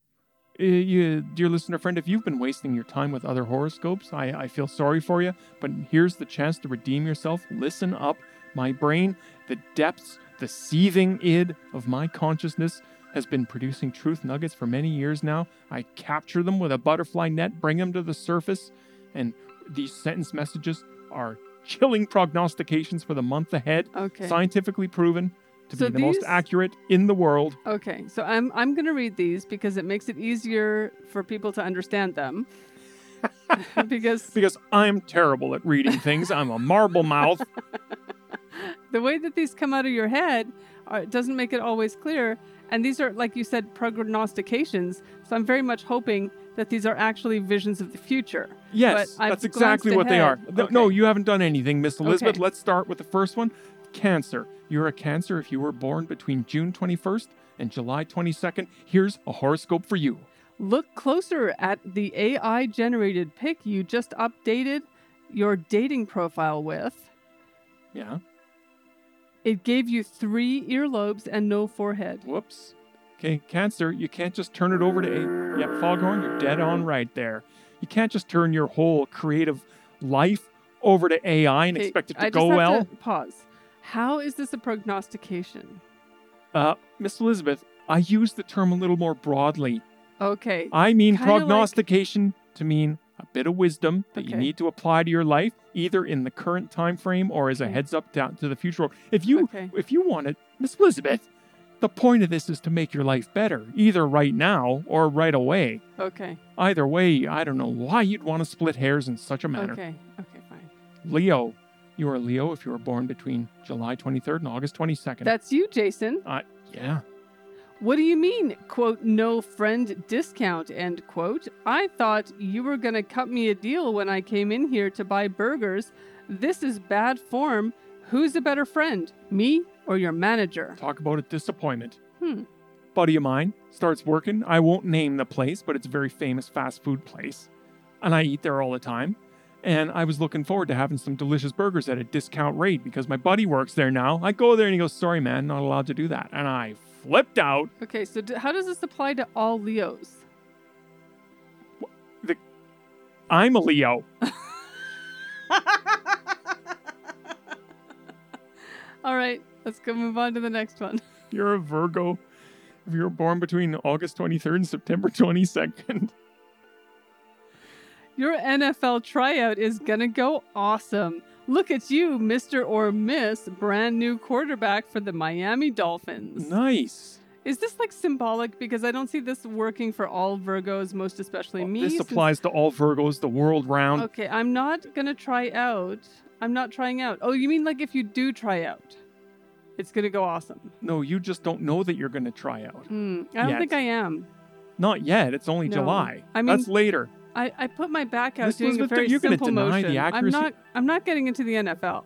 S2: Uh, you, dear listener friend, if you've been wasting your time with other horoscopes, I, I feel sorry for you, but here's the chance to redeem yourself. Listen up. My brain, the depths, the seething id of my consciousness has been producing truth nuggets for many years now. I capture them with a butterfly net, bring them to the surface, and these sentence messages are chilling prognostications for the month ahead
S1: Okay.
S2: scientifically proven. to
S1: So
S2: be the most
S1: these-
S2: accurate in the world.
S1: Okay, so I'm I'm gonna read these because it makes it easier for people to understand them. because
S2: Because I'm terrible at reading things. I'm a marble mouth.
S1: the way that these come out of your head uh, doesn't make it always clear. And these are, like you said, prognostications. So I'm very much hoping that these are actually visions of the future.
S2: Yes,
S1: But I've
S2: that's exactly
S1: glanced
S2: what they are.
S1: ahead.
S2: Th- No,
S1: Okay.
S2: you haven't done anything, Miss Elizabeth.
S1: Okay.
S2: Let's start with the first one Cancer. You're a Cancer if you were born between June 21st and July 22nd. Here's a horoscope for you.
S1: Look closer at the AI generated pic you just updated your dating profile with.
S2: Yeah.
S1: It gave you three earlobes and no forehead.
S2: Whoops. Okay, Cancer, you can't just turn it over to A. Yep, Foghorn, you're dead on right there. You can't just turn your whole creative life over to AI and
S1: Okay,
S2: expect it to
S1: I just
S2: go
S1: have
S2: well.
S1: to pause. How is this a prognostication?
S2: Uh, Miss Elizabeth, I use the term a little more broadly.
S1: Okay.
S2: I mean
S1: Kinda like-
S2: prognostication to mean a bit of wisdom that you
S1: Okay.
S2: need to apply to your life, either in the current time frame or as a
S1: Okay.
S2: heads up down to the future. If you
S1: Okay.
S2: if you want it, Miss Elizabeth, the point of this is to make your life better, either right now or right away.
S1: Okay.
S2: Either way, I don't know why you'd want to split hairs in such a manner.
S1: Okay. Okay, fine.
S2: Leo, you are a Leo if you were born between July 23rd and August 22nd.
S1: That's you, Jason.
S2: uh, yeah.
S1: What do you mean, quote, no friend discount, end quote? I thought you were going to cut me a deal when I came in here to buy burgers. This is bad form. Who's a better friend, me or your manager?
S2: Talk about a disappointment.
S1: Hmm.
S2: Buddy of mine starts working. I won't name the place, but it's a very famous fast food place. And I eat there all the time. And I was looking forward to having some delicious burgers at a discount rate because my buddy works there now. I go there and he goes, Sorry, man, not allowed to do that. And I flipped out.
S1: Okay, so d- how does this apply to all Leos?
S2: I'm a Leo.
S1: All right, let's go move on to the next one.
S2: You're a Virgo. If you were born between August 23rd and September 22nd,
S1: Your NFL tryout is going to go awesome. Look at you, Mr. or Miss, brand new quarterback for the Miami Dolphins.
S2: nice.
S1: Is this like symbolic? Because I don't see this working for all Virgos, most especially me.
S2: this
S1: since-
S2: applies to all Virgos the world round.
S1: Okay, I'm not going to try out. I'm not trying out. Oh, you mean like if you do try out, it's going to go awesome?
S2: No, you just don't know that you're going to try out.
S1: Hmm. I don't
S2: Yet.
S1: think I am.
S2: Not yet. It's only
S1: No.
S2: July.
S1: I mean-
S2: That's later.
S1: I, I put my back out
S2: Miss
S1: doing
S2: Elizabeth,
S1: a very
S2: you're gonna
S1: simple
S2: deny the
S1: motion. I'm
S2: accuracy-
S1: not. I'm not getting into the NFL.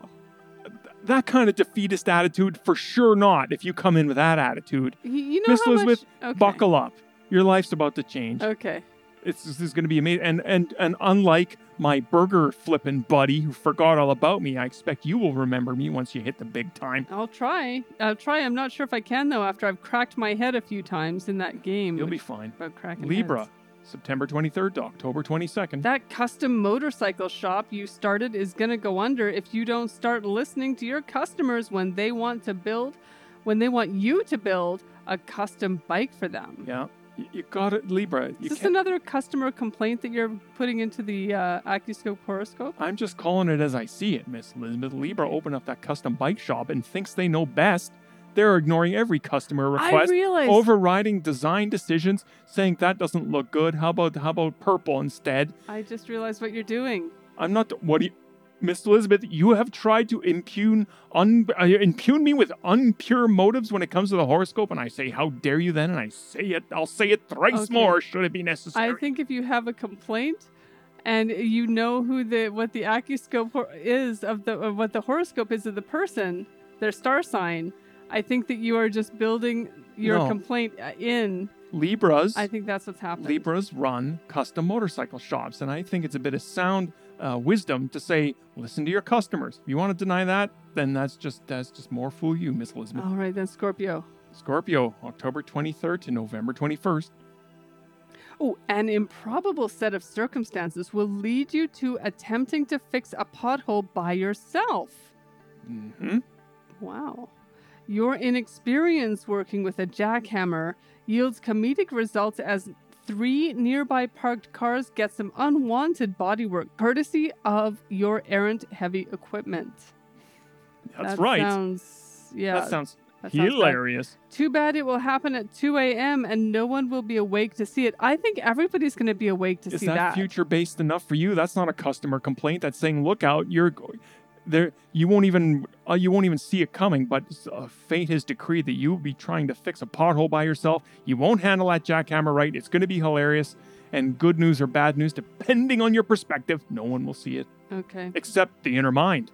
S2: That kind of defeatist attitude, for sure not. If you come in with that attitude,
S1: Y- You know
S2: Miss
S1: how
S2: Elizabeth,
S1: much. Okay. Oh.
S2: buckle up. Your life's about to change.
S1: Okay.
S2: It's this is going to be amazing. And and and unlike my burger flipping buddy who forgot all about me, I expect you will remember me once you hit the big time.
S1: I'll try. I'll try. I'm not sure if I can though. After I've cracked my head a few times in that game.
S2: You'll be
S1: which-
S2: fine.
S1: about cracking
S2: Libra,
S1: heads.
S2: September 23rd to October 22nd.
S1: That custom motorcycle shop you started is going to go under if you don't start listening to your customers when they want to build, when they want you to build a custom bike for them.
S2: yeah, you, you got it, Libra. You
S1: Is this
S2: can't-
S1: another customer complaint that you're putting into the uh, AccuScope horoscope?
S2: I'm just calling it as I see it, Miss Elizabeth. Libra opened up that custom bike shop and thinks they know best. They're ignoring every customer
S1: I
S2: request,
S1: realize.
S2: overriding design decisions, saying that doesn't look good. How about how about purple instead?
S1: I just realized what you're doing.
S2: I'm not. What do you, Miss Elizabeth? You have tried to impugn un, uh, impugn me with unpure motives when it comes to the horoscope, and I say, how dare you then? And I say it. I'll say it thrice
S1: Okay.
S2: more should it be necessary.
S1: I think if you have a complaint and you know who the what the AccuScope hor- is of the of what the horoscope is of the person, their star sign, I think that you are just building your
S2: No.
S1: complaint uh, in.
S2: Libras.
S1: I think that's what's happening.
S2: Libras run custom motorcycle shops, and I think it's a bit of sound uh, wisdom to say, listen to your customers. If you want to deny that, then that's just that's just more fool you, Miss Elizabeth.
S1: All right then, Scorpio.
S2: Scorpio, October 23rd to November 21st.
S1: Oh, an improbable set of circumstances will lead you to attempting to fix a pothole by yourself.
S2: hmm
S1: Wow. Your inexperience working with a jackhammer yields comedic results as three nearby parked cars get some unwanted bodywork courtesy of your errant heavy equipment.
S2: That's
S1: That
S2: right.
S1: Sounds yeah.
S2: That sounds
S1: That sounds bad.
S2: Hilarious.
S1: Too bad it will happen at 2 a.m. and no one will be awake to see it. I think everybody's going to be awake to
S2: Is
S1: see
S2: that,
S1: that.
S2: future based enough for you? That's not a customer complaint. That's saying, look out, you're go- there. You won't even uh, you won't even see it coming. But uh, fate has decreed that you'll be trying to fix a pothole by yourself. You won't handle that jackhammer right. It's going to be hilarious. And good news or bad news, depending on your perspective, no one will see it
S1: Okay.
S2: except the inner mind,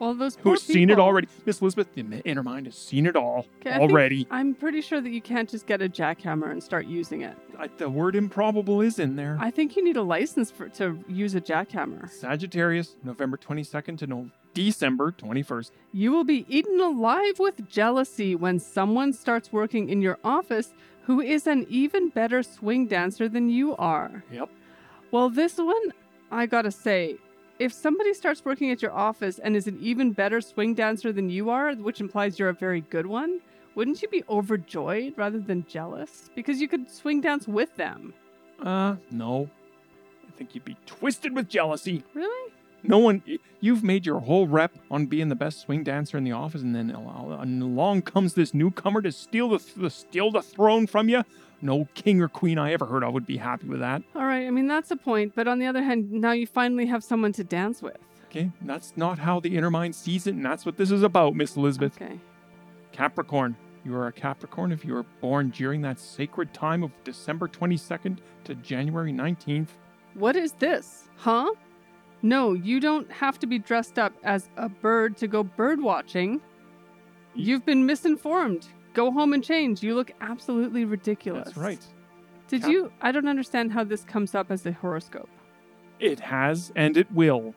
S1: Well, those poor
S2: who's seen it
S1: people.
S2: already. Miss Elizabeth, the inner mind has seen it all
S1: Okay, I think-
S2: already.
S1: I'm pretty sure that you can't just get a jackhammer and start using it.
S2: I, the word improbable is in there.
S1: I think you need a license for to use a jackhammer.
S2: Sagittarius, November 22nd to no- December 21st.
S1: You will be eaten alive with jealousy when someone starts working in your office who is an even better swing dancer than you are.
S2: Yep.
S1: Well, this one, I gotta say, if somebody starts working at your office and is an even better swing dancer than you are, which implies you're a very good one, wouldn't you be overjoyed rather than jealous? Because you could swing dance with them.
S2: Uh, no. I think you'd be twisted with jealousy.
S1: Really?
S2: No one, you've made your whole rep on being the best swing dancer in the office, and then al- along comes this newcomer to steal the, th- steal the throne from you. No king or queen I ever heard of would be happy with that.
S1: All right, I mean, that's a point, but on the other hand, now you finally have someone to dance with.
S2: Okay, that's not how the inner mind sees it, and that's what this is about, Miss Elizabeth.
S1: Okay.
S2: Capricorn. You are a Capricorn if you were born during that sacred time of December 22nd to January 19th.
S1: What is this? Huh? No, you don't have to be dressed up as a bird to go bird watching. You've been misinformed. Go home and change. You look absolutely ridiculous.
S2: That's right.
S1: Did
S2: Cap-
S1: you? I don't understand how this comes up as a horoscope.
S2: It has and it will.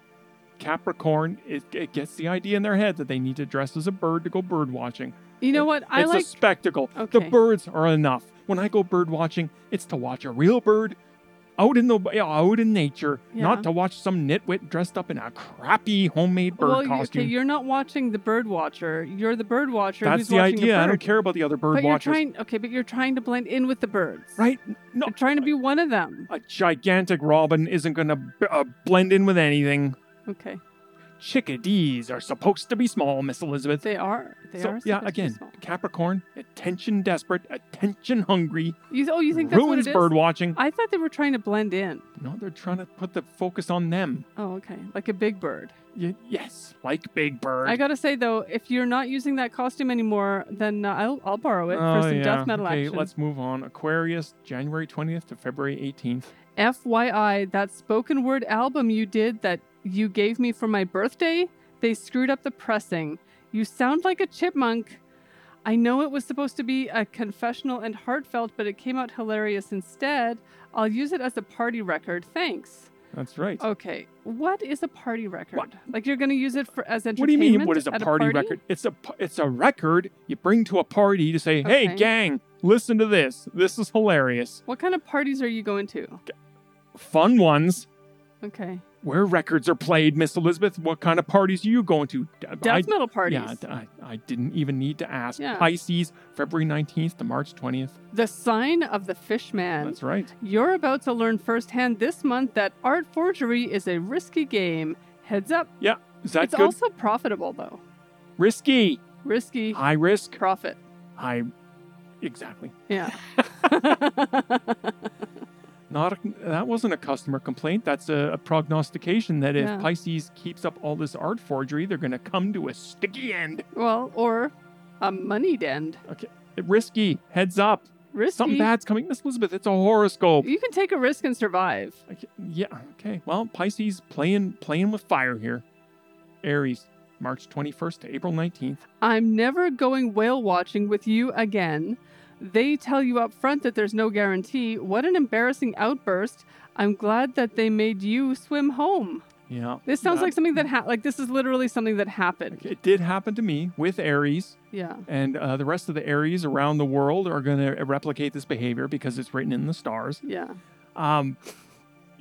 S2: Capricorn, it, it gets the idea in their head that they need to dress as a bird to go bird watching.
S1: You know what? I
S2: it's
S1: like.
S2: a spectacle. The
S1: Okay.
S2: birds are enough. When I go bird watching, it's to watch a real bird out in the yeah, out in nature,
S1: Yeah.
S2: not to watch some nitwit dressed up in a crappy homemade bird
S1: well, you-
S2: costume.
S1: okay, you're not watching the bird watcher. You're the bird watcher
S2: That's
S1: who's
S2: the
S1: watching
S2: idea.
S1: a
S2: I
S1: bird.
S2: don't care about the other bird
S1: but
S2: watchers.
S1: you're trying. Okay, but you're trying to blend in with the birds.
S2: Right? No.
S1: You're trying to be one of them.
S2: A gigantic robin isn't going to b- uh, blend in with anything.
S1: Okay,
S2: Chickadees are supposed to be small, Miss Elizabeth.
S1: they are. They
S2: so,
S1: are. supposed
S2: yeah,
S1: to be
S2: again,
S1: small.
S2: Capricorn, attention desperate, attention hungry,
S1: You, oh, you think that's what
S2: ruins
S1: it is?
S2: bird watching.
S1: I thought they were trying to blend in.
S2: No, they're trying to put the focus on them.
S1: Oh, okay. Like a big bird.
S2: Y- yes, like Big Bird.
S1: I gotta say though, if you're not using that costume anymore, then uh, I'll, I'll borrow it
S2: Oh,
S1: for some
S2: yeah.
S1: death metal
S2: okay,
S1: action.
S2: let's move on. Aquarius, January 20th to February 18th.
S1: FYI, that spoken word album you did that you gave me for my birthday, they screwed up the pressing. You sound like a chipmunk. I know it was supposed to be a confessional and heartfelt, but it came out hilarious instead. I'll use it as a party record. Thanks.
S2: That's right.
S1: Okay, what is a party record? Like you're gonna use it for as entertainment?
S2: What do you mean? What is a
S1: at
S2: party, record? It's a p- it's a record you bring to a party to say, "Hey,
S1: Okay.
S2: gang, listen to this. This is hilarious.
S1: What kind of parties are you going to?
S2: Fun ones
S1: Okay,
S2: where records are played." Miss Elizabeth, what kind of parties are you going to? D-
S1: death
S2: I-
S1: metal parties.
S2: Yeah, d- I, I didn't even need to ask.
S1: Yeah.
S2: Pisces, February nineteenth to March twentieth.
S1: the sign of the fishman.
S2: That's right.
S1: You're about to learn firsthand this month that art forgery is a risky game. Heads up.
S2: Yeah, is that
S1: it's
S2: good?
S1: also profitable though.
S2: Risky,
S1: Risky
S2: high risk,
S1: profit.
S2: high. Exactly.
S1: Yeah.
S2: Not a, that wasn't a customer complaint. That's a, a prognostication that if
S1: Yeah.
S2: Pisces keeps up all this art forgery, they're going to come to a sticky end.
S1: well, or a moneyed end.
S2: Risky. Heads up.
S1: Risky.
S2: Something bad's coming, Miss Elizabeth. It's a horoscope.
S1: You can take a risk and survive.
S2: I ca- Yeah. Okay. Well, Pisces playing playing with fire here. Aries, March 21st to April 19th.
S1: I'm never going whale watching with you again. They tell you up front that there's no guarantee. What an embarrassing outburst. I'm glad that they made you swim home.
S2: Yeah.
S1: This sounds
S2: that-
S1: like something that ha- like this is literally something that happened.
S2: It did happen to me with Aries,
S1: Yeah.
S2: and uh, the rest of the Aries around the world are going to replicate this behavior because it's written in the stars.
S1: Yeah.
S2: Um,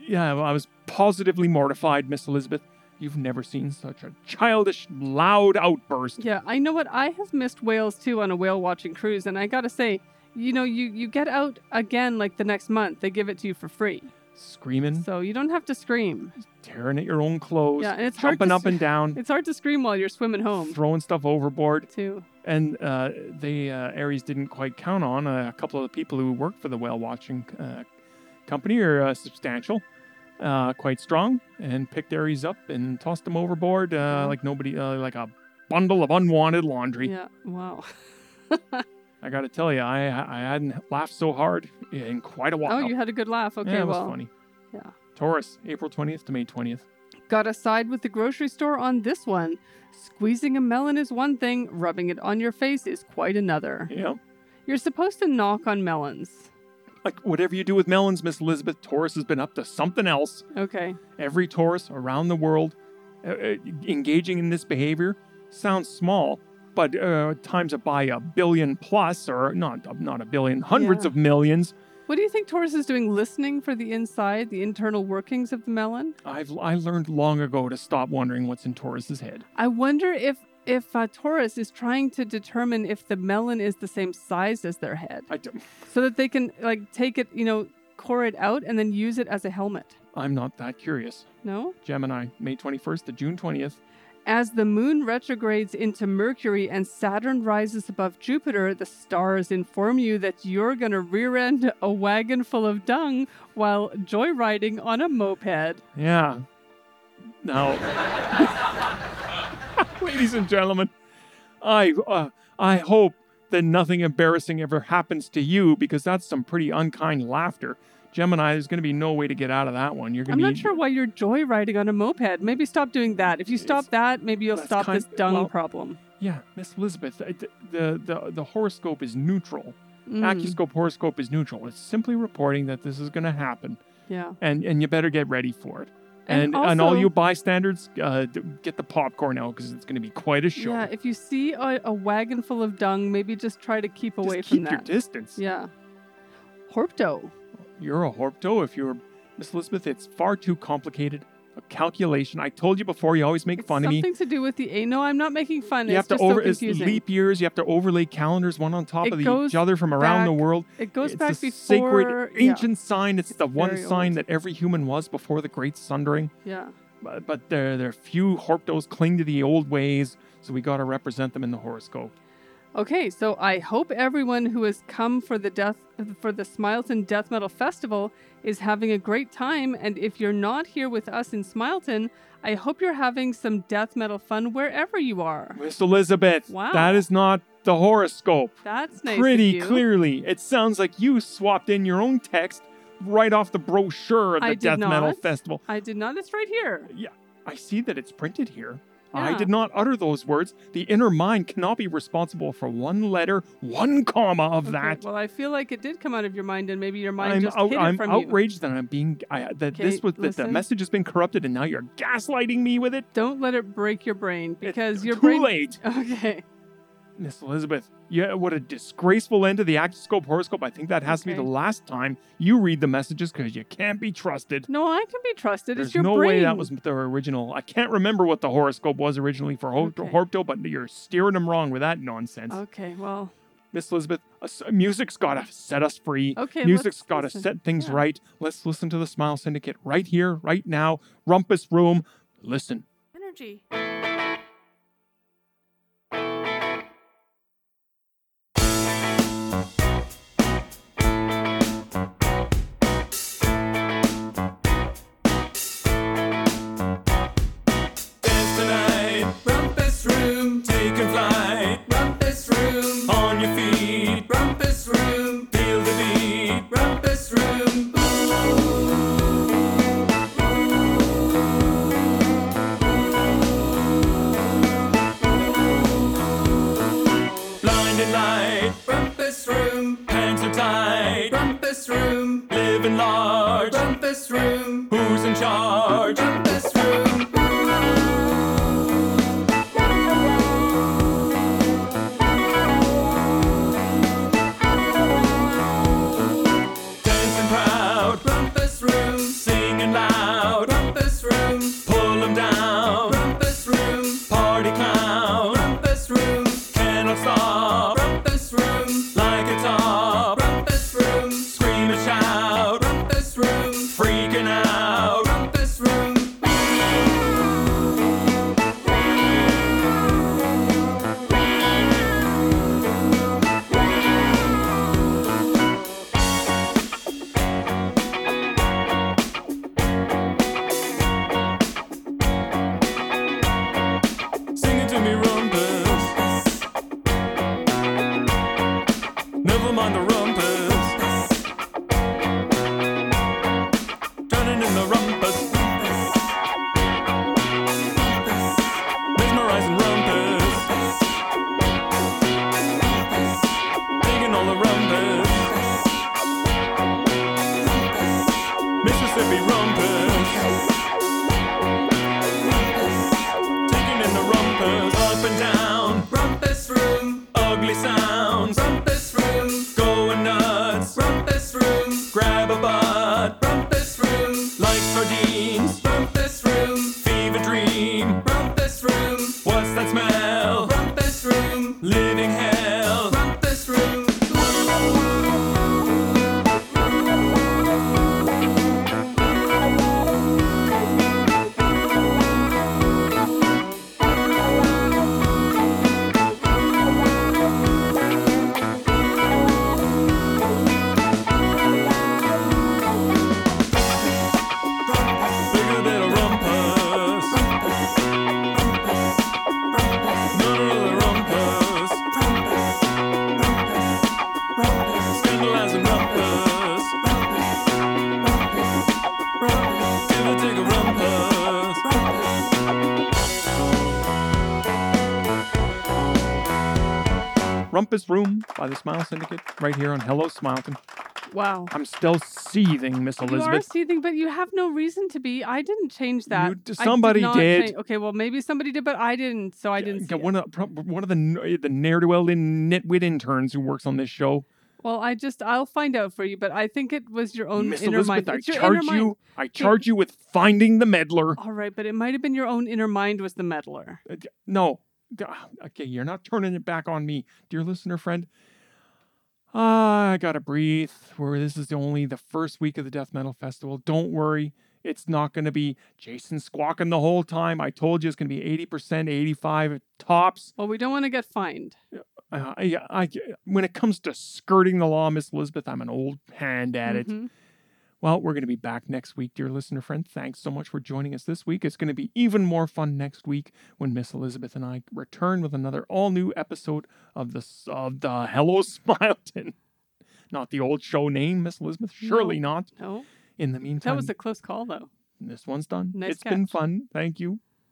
S2: yeah, well, I was positively mortified, Miss Elizabeth. You've never seen such a childish, loud outburst.
S1: Yeah, I know what I have missed whales too on a whale watching cruise and I got to say, you know, you you get out again like the next month. They give it to you for free.
S2: screaming,
S1: So you don't have to scream.
S2: tearing at your own clothes,
S1: Yeah, and it's hard to
S2: jumping up
S1: s-
S2: and down,
S1: It's hard to scream while you're swimming home,
S2: throwing stuff overboard.
S1: too.
S2: And uh, they uh, Aries didn't quite count on uh, a couple of the people who work for the whale watching uh, company are uh, substantial, uh, quite strong, and picked Aries up and tossed him overboard uh,
S1: Yeah.
S2: like nobody, uh, like a bundle of unwanted laundry.
S1: Yeah. Wow.
S2: I got to tell you, I I hadn't laughed so hard in quite a while.
S1: Oh, you had a good laugh. Okay,
S2: yeah, it was
S1: well,
S2: funny.
S1: yeah.
S2: Taurus, April 20th to May 20th.
S1: got a side with the grocery store on this one. Squeezing a melon is one thing, rubbing it on your face is quite another.
S2: Yeah.
S1: You're supposed to knock on melons.
S2: Like whatever you do with melons, Miss Elizabeth, Taurus has been up to something else.
S1: Okay.
S2: Every Taurus around the world uh, uh, engaging in this behavior sounds small, but uh, times it by a billion plus, or not not a billion, hundreds
S1: Yeah.
S2: of millions.
S1: What do you think Taurus is doing listening for the inside, the internal workings of the melon?
S2: I've I learned long ago to stop wondering what's in Taurus's head.
S1: I wonder if if uh, Taurus is trying to determine if the melon is the same size as their head
S2: I, don't-
S1: so that they can like take it, you know, core it out and then use it as a helmet.
S2: I'm not that curious.
S1: No?
S2: Gemini, May 21st to June 20th.
S1: As the moon retrogrades into Mercury and Saturn rises above Jupiter, the stars inform you that you're going to rear end a wagon full of dung while joyriding on a moped.
S2: Yeah. Now, ladies and gentlemen, I uh, I hope that nothing embarrassing ever happens to you because that's some pretty unkind laughter. Gemini, there's going to be no way to get out of that one. You're going
S1: I'm
S2: to
S1: not sure why you're joyriding on a moped. Maybe stop doing that. If you stop that, maybe you'll
S2: that's
S1: stop
S2: kind-
S1: this dung
S2: well-
S1: problem.
S2: Yeah, Miss Elizabeth, uh, d- the, the the horoscope is neutral.
S1: Mm,
S2: Accuscope horoscope is neutral. It's simply reporting that this is going to happen,
S1: yeah.
S2: and and you better get ready for it.
S1: And
S2: And and, all
S1: also-
S2: you bystanders, uh, d- get the popcorn out because it's going to be quite a show.
S1: Yeah. If you see a, a wagon full of dung, maybe just try to keep away
S2: Just
S1: from
S2: keep
S1: that.
S2: your distance.
S1: yeah. Horpto.
S2: You're a horpto if you're Miss Elizabeth. It's far too complicated. A calculation. I told you before. You always make
S1: It's
S2: fun of me.
S1: something to do with the A. No, I'm not making fun.
S2: You
S1: it's
S2: have to
S1: just
S2: over
S1: so
S2: it's
S1: confusing.
S2: leap years. You have to overlay calendars one on top
S1: It
S2: of the,
S1: goes
S2: each other from around the
S1: back-
S2: world.
S1: It goes
S2: it's
S1: back
S2: the
S1: before
S2: sacred
S1: yeah,
S2: ancient sign. It's, the one
S1: very
S2: sign
S1: old.
S2: that every human was before the great sundering.
S1: Yeah.
S2: But, but there, there are few horptos cling to the old ways, so we got to represent them in the horoscope.
S1: Okay, so I hope everyone who has come for the death for the Smileton Death Metal Festival is having a great time. And if you're not here with us in Smileton, I hope you're having some death metal fun wherever you are.
S2: Miss Elizabeth,
S1: Wow.
S2: that is not the horoscope.
S1: That's nice. of
S2: pretty
S1: you.
S2: clearly. It sounds like you swapped in your own text right off the brochure of the
S1: I did
S2: Death Metal
S1: not.
S2: Festival.
S1: I did not. It's right here.
S2: Yeah, I see that it's printed here. I
S1: Yeah.
S2: did not utter those words. The inner mind cannot be responsible for one letter, one comma of
S1: Okay,
S2: that.
S1: Well, I feel like it did come out of your mind, and maybe your mind
S2: I'm,
S1: just
S2: out-
S1: hid
S2: I'm
S1: it from you.
S2: outraged that I'm being I, that
S1: Okay,
S2: this was that the
S1: listen.
S2: message has been corrupted and now you're gaslighting me with it.
S1: Don't let it break your brain
S2: It's
S1: because your
S2: too
S1: brain.
S2: late,
S1: Okay.
S2: Miss Elizabeth. Yeah, what a disgraceful end to the Actoscope horoscope. I think that has to
S1: Okay.
S2: be the last time you read the messages because you can't be trusted.
S1: No, I can be trusted.
S2: There's
S1: it's your
S2: no
S1: brain.
S2: way that was the original. I can't remember what the horoscope was originally for Ho-
S1: Okay.
S2: Horpto, but you're steering them wrong with that nonsense.
S1: Okay. Well.
S2: Miss Elizabeth, uh, s- music's got to set us free.
S1: Okay,
S2: Music's
S1: let's
S2: got to
S1: listen.
S2: set things
S1: Yeah.
S2: right. Let's listen to the Smile Syndicate right here, right now. Rumpus Room. Listen.
S5: Energy.
S4: Dance tonight.
S6: Rumpus room,
S4: Take a flight.
S6: rumpus room,
S4: On your feet.
S6: rumpus room,
S4: Feel the beat.
S6: rumpus room.
S4: Blinded light.
S6: Rumpus room,
S4: Pants are tight.
S6: rumpus room,
S4: Living large.
S6: rumpus room,
S4: Who's in charge?
S6: rumpus room.
S4: Dancing proud.
S6: Rumpus room,
S4: Singing loud.
S6: rumpus room,
S4: Pull them down.
S6: rumpus room,
S4: Party clown.
S6: rumpus room,
S4: Cannot stop.
S6: rumpus room,
S4: Like a top.
S6: rumpus room,
S4: Scream and shout.
S6: rumpus room,
S4: Freak
S6: Rumpus room.
S4: What's that smell?
S6: Rumpus room.
S4: Living hell.
S6: Rumpus room.
S4: Bigger than a rumpus. None of the rumpus. Scandalizing rumpus. Give or take a rumpus.
S2: Rumpus Room by the Smile Syndicate, right here on Hello Smileton.
S1: Wow.
S2: I'm still seething, Miss
S1: You are
S2: Elizabeth.
S1: seething, but you have no reason to be. I didn't change that.
S2: You d-
S1: I
S2: somebody
S1: not
S2: did.
S1: change- Okay, well maybe somebody did, but I didn't, so I didn't. see
S2: Got
S1: it.
S2: one of the, prob- one of the n- eh, the ne'er do well in nitwit interns who works on this show.
S1: Well, I just I'll find out for you, but I think it was your own
S2: Miss
S1: inner
S2: Elizabeth,
S1: mind.
S2: I
S1: It's your
S2: charge
S1: inner mind.
S2: you. I charge you with finding the meddler.
S1: All right, but it might have been your own inner mind was the meddler.
S2: Uh, d- No. D- ah, Okay, you're not turning it back on me, dear listener friend. Ah, I gotta breathe. Where this is only the first week of the Death Metal Festival. Don't worry, it's not gonna be Jason squawking the whole time. I told you it's gonna be eighty percent, eighty-five tops.
S1: Well, we don't want to get fined.
S2: Uh, I, I, when it comes to skirting the law, Miss Elizabeth, I'm an old hand at it.
S1: Mhm.
S2: Well, we're going to be back next week, dear listener friend. Thanks so much for joining us this week. It's going to be even more fun next week when Miss Elizabeth and I return with another all-new episode of the of the Hello Smileton. Not the old show name, Miss Elizabeth. Surely not.
S1: No,
S2: In the meantime,
S1: that was a close call though.
S2: this one's done.
S1: Nice
S2: It's been
S1: catch.
S2: fun. Thank you,